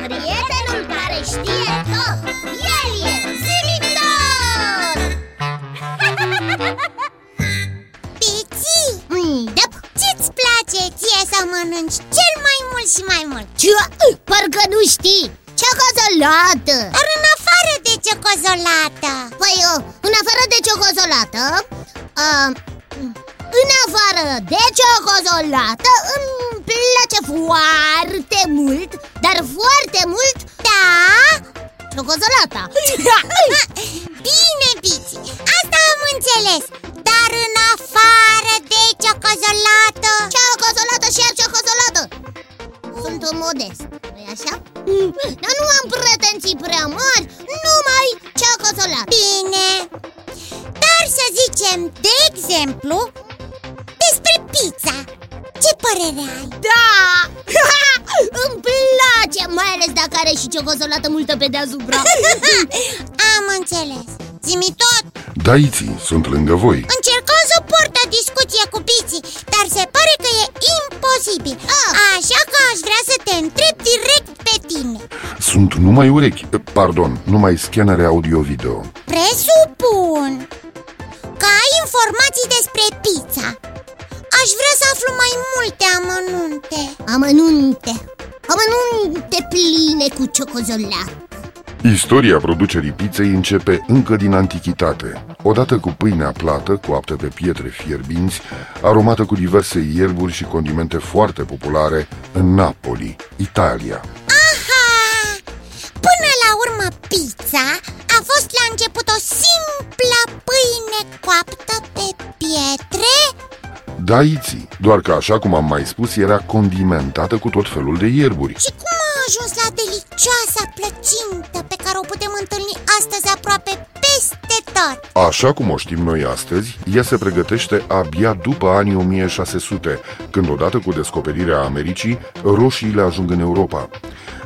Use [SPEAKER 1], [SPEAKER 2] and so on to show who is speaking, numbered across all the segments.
[SPEAKER 1] Mm. mănânci cel mai mult și mai mult Ce? Parcă nu știi Ciocozolată Dar în afară de ciocozolată Păi, uh, în afară de ciocozolată uh, În afară de ciocozolată Îmi place foarte mult Dar foarte mult Da Ciocozolata Bine, Bici Asta am înțeles Dar în afară de ciocozolată Ciocozolată și iar ciocozolată Sunt un modest nu așa? Dar nu am pretenții prea mari Numai ciocozolată Bine Dar să zicem, de exemplu Despre pizza Ce părere ai? Da! Îmi place, mai ales dacă are și ciocozolată multă pe deasupra Am înțeles Zimi tot
[SPEAKER 2] Daiții sunt lângă voi.
[SPEAKER 1] Încercăm să port o discuție cu Piții, dar se pare că e imposibil Așa că aș vrea să te întreb direct pe tine
[SPEAKER 2] Sunt numai urechi, Eh, pardon, numai scanere audio-video.
[SPEAKER 1] Presupun că ai informații despre pizza Aș vrea să aflu mai multe amănunte Amănunte Amănunte pline cu ciocozolată
[SPEAKER 2] Istoria producerii pizzei începe încă din antichitate. Odată cu pâinea plată, coaptă pe pietre fierbinți, aromată cu diverse ierburi și condimente foarte populare în Napoli, Italia.
[SPEAKER 1] Aha! Până la urmă, pizza a fost la început o simplă pâine coaptă pe pietre
[SPEAKER 2] Daiții, doar că așa cum am mai spus, era condimentată cu tot felul de ierburi.
[SPEAKER 1] Și cum a ajuns la delicioasa plăcintă pe care o putem întâlni astăzi aproape peste tot?
[SPEAKER 2] Așa cum o știm noi astăzi, ea se pregătește abia după anii 1600, când odată cu descoperirea Americii, roșiile ajung în Europa.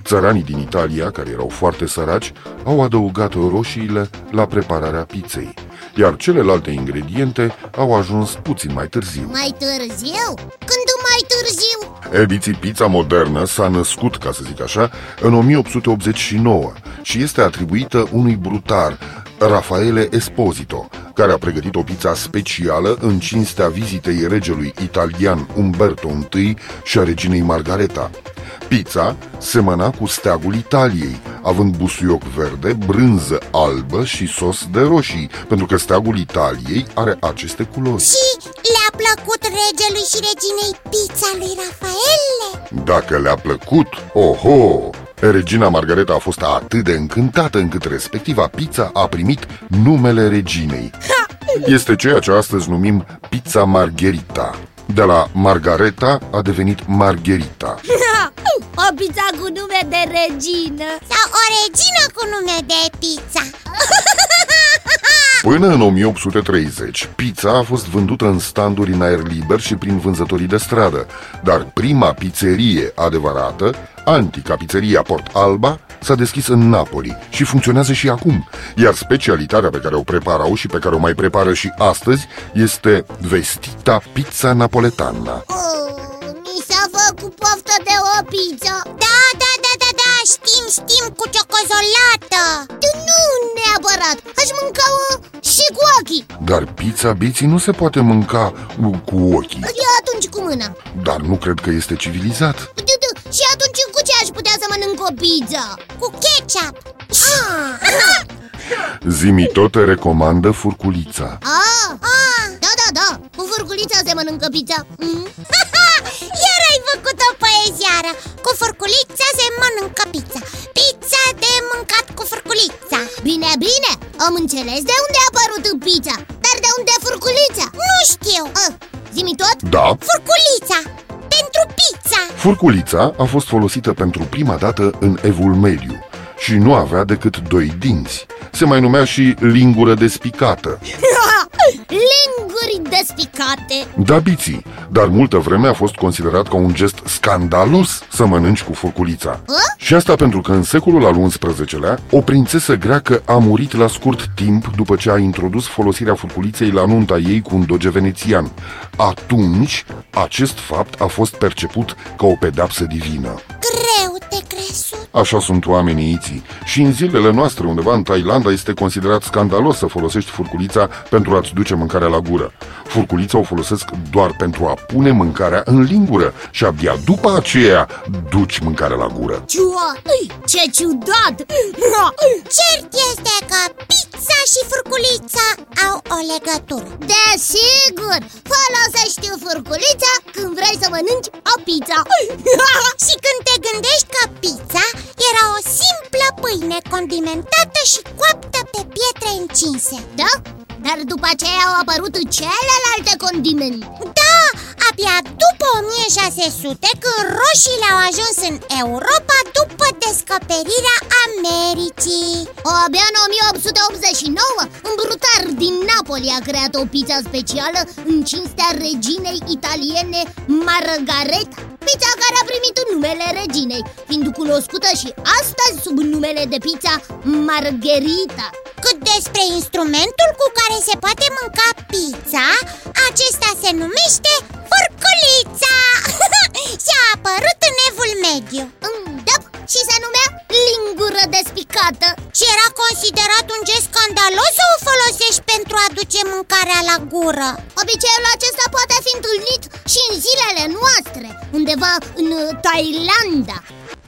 [SPEAKER 2] Țăranii din Italia, care erau foarte săraci, au adăugat roșiile la prepararea pizzei, iar celelalte ingrediente au ajuns puțin mai târziu.
[SPEAKER 1] Mai târziu? Când mai târziu?
[SPEAKER 2] Ebiții pizza modernă s-a născut, ca să zic așa, în 1889 și este atribuită unui brutar, Rafaele Esposito, care a pregătit o pizza specială în cinstea vizitei regelui italian Umberto I și a reginei Margareta. Pizza semăna cu steagul Italiei, având busuioc verde, brânză albă și sos de roșii, pentru că steagul Italiei are aceste culori.
[SPEAKER 1] Și le-a plăcut regelui și reginei pizza lui Rafaele
[SPEAKER 2] Dacă le-a plăcut, oho! Regina Margareta a fost atât de încântată încât respectiva pizza a primit numele reginei. Este ceea ce astăzi numim pizza margherita. De la Margareta a devenit Margherita.
[SPEAKER 3] O pizza cu nume de regină
[SPEAKER 1] Sau o regină cu nume de pizza
[SPEAKER 2] Până în 1830, pizza a fost vândută în standuri în aer liber și prin vânzătorii de stradă, dar prima pizzerie adevărată, Antica Pizzeria Port Alba, s-a deschis în Napoli și funcționează și acum, iar specialitatea pe care o preparau și pe care o mai prepară și astăzi este vestita pizza napoletana.
[SPEAKER 1] Oh, Mi s-a făcut poftă de o pizza Da, da, da, da, da, știm, știm, cu ciocozolată Nu neapărat, aș mânca și cu ochii
[SPEAKER 2] Dar pizza biții nu se poate mânca uh, cu ochii,
[SPEAKER 1] Eu atunci cu mâna
[SPEAKER 2] dar nu cred că este civilizat.
[SPEAKER 1] Du, du, Și atunci cu ce aș putea să mănânc o pizza? Cu ketchup ah.
[SPEAKER 2] Zimi tot recomandă furculița.
[SPEAKER 1] Ah. Ah. Da, da, da, cu furculița se mănâncă pizza mm. Iar ai făcut o poeziară Cu furculița se mănâncă pizza Pizza de mâncat cu furculița Bine, bine, am înțeles de unde a apărut pizza Dar de unde furculița? Nu știu ah. Zimi tot?
[SPEAKER 2] Da,
[SPEAKER 1] Furculița, pentru pizza
[SPEAKER 2] Furculița a fost folosită pentru prima dată în Evul Mediu și nu avea decât doi dinți. Se mai numea și lingură despicată,
[SPEAKER 1] Linguri despicate
[SPEAKER 2] dabiții, dar multă vreme a fost considerat ca un gest scandalos să mănânci cu furculița.
[SPEAKER 1] A?
[SPEAKER 2] Și asta pentru că în secolul al XI-lea, o prințesă greacă a murit la scurt timp după ce a introdus folosirea furculiței la nunta ei cu un doge venețian. Atunci, acest fapt a fost perceput ca o pedapsă divină.
[SPEAKER 1] Greu de crezut
[SPEAKER 2] Așa sunt oamenii iții. Și în zilele noastre, undeva în Thailanda, este considerat scandalos să folosești furculița pentru a-ți duce mâncarea la gură. Furculița o folosesc doar pentru a pune mâncarea în lingură și abia după aceea duci mâncarea la gură.
[SPEAKER 1] Ciua, îi, ce ciudat!
[SPEAKER 3] Cert este că pizza și furculița au o legătură
[SPEAKER 1] Desigur, folosești furculița când vrei să mănânci o pizza
[SPEAKER 3] Și când te gândești că pizza era o simplă pâine condimentată și coaptă pe pietre încinse
[SPEAKER 1] Da? Dar după aceea au apărut celelalte condimente
[SPEAKER 3] Da, abia după 1600, când roșiile au ajuns în Europa după descoperirea Americii
[SPEAKER 1] Abia în 1889, un brutar din Napoli a creat o pizza specială în cinstea reginei italiene Margareta Pizza care a primit numele reginei, fiind cunoscută și astăzi sub numele de pizza Margherita
[SPEAKER 3] Cât despre instrumentul cu care se poate mânca pizza, acesta se numește Eh, furculița Și a apărut în evul mediu
[SPEAKER 1] Îndăp și se numea lingură despicată
[SPEAKER 3] Și era considerat un gest scandalos să o folosești pentru a duce mâncarea la gură
[SPEAKER 1] Obiceiul acesta poate fi întâlnit și în zilele noastre, undeva în uh, Thailanda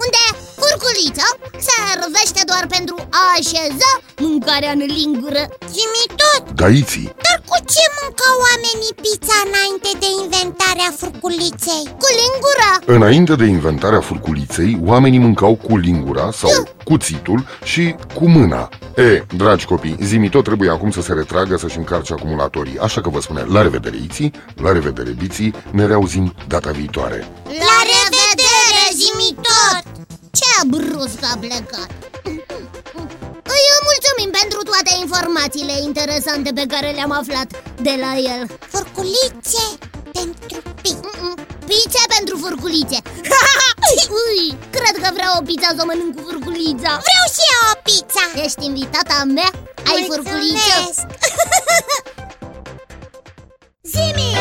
[SPEAKER 1] Unde furculița servește doar pentru a așeza mâncarea în lingură
[SPEAKER 3] Zimi tot,
[SPEAKER 2] Dar Da, iții
[SPEAKER 3] dar cu ce mâncau oamenii pizza înainte de inventarea furculiței?
[SPEAKER 1] Cu lingura
[SPEAKER 2] Înainte de inventarea furculiței, oamenii mâncau cu lingura sau cuțitul și cu mâna. E, dragi copii, Zimito trebuie acum să se retragă să-și încarce acumulatorii, așa că vă spune la revedere iții, la revedere biții, ne reauzim data viitoare.
[SPEAKER 3] La revedere, zimi tot!
[SPEAKER 1] Ce brusc a plecat Îi mulțumim pentru toate informațiile interesante pe care le-am aflat de la el
[SPEAKER 3] Furculițe pentru pizza
[SPEAKER 1] Mm-mm. Pizza pentru furculițe Ui, Cred că vreau o pizza să o mănânc cu furculița
[SPEAKER 3] Vreau și eu o pizza!
[SPEAKER 1] Ești invitata mea, ai furculiță
[SPEAKER 3] Zimi!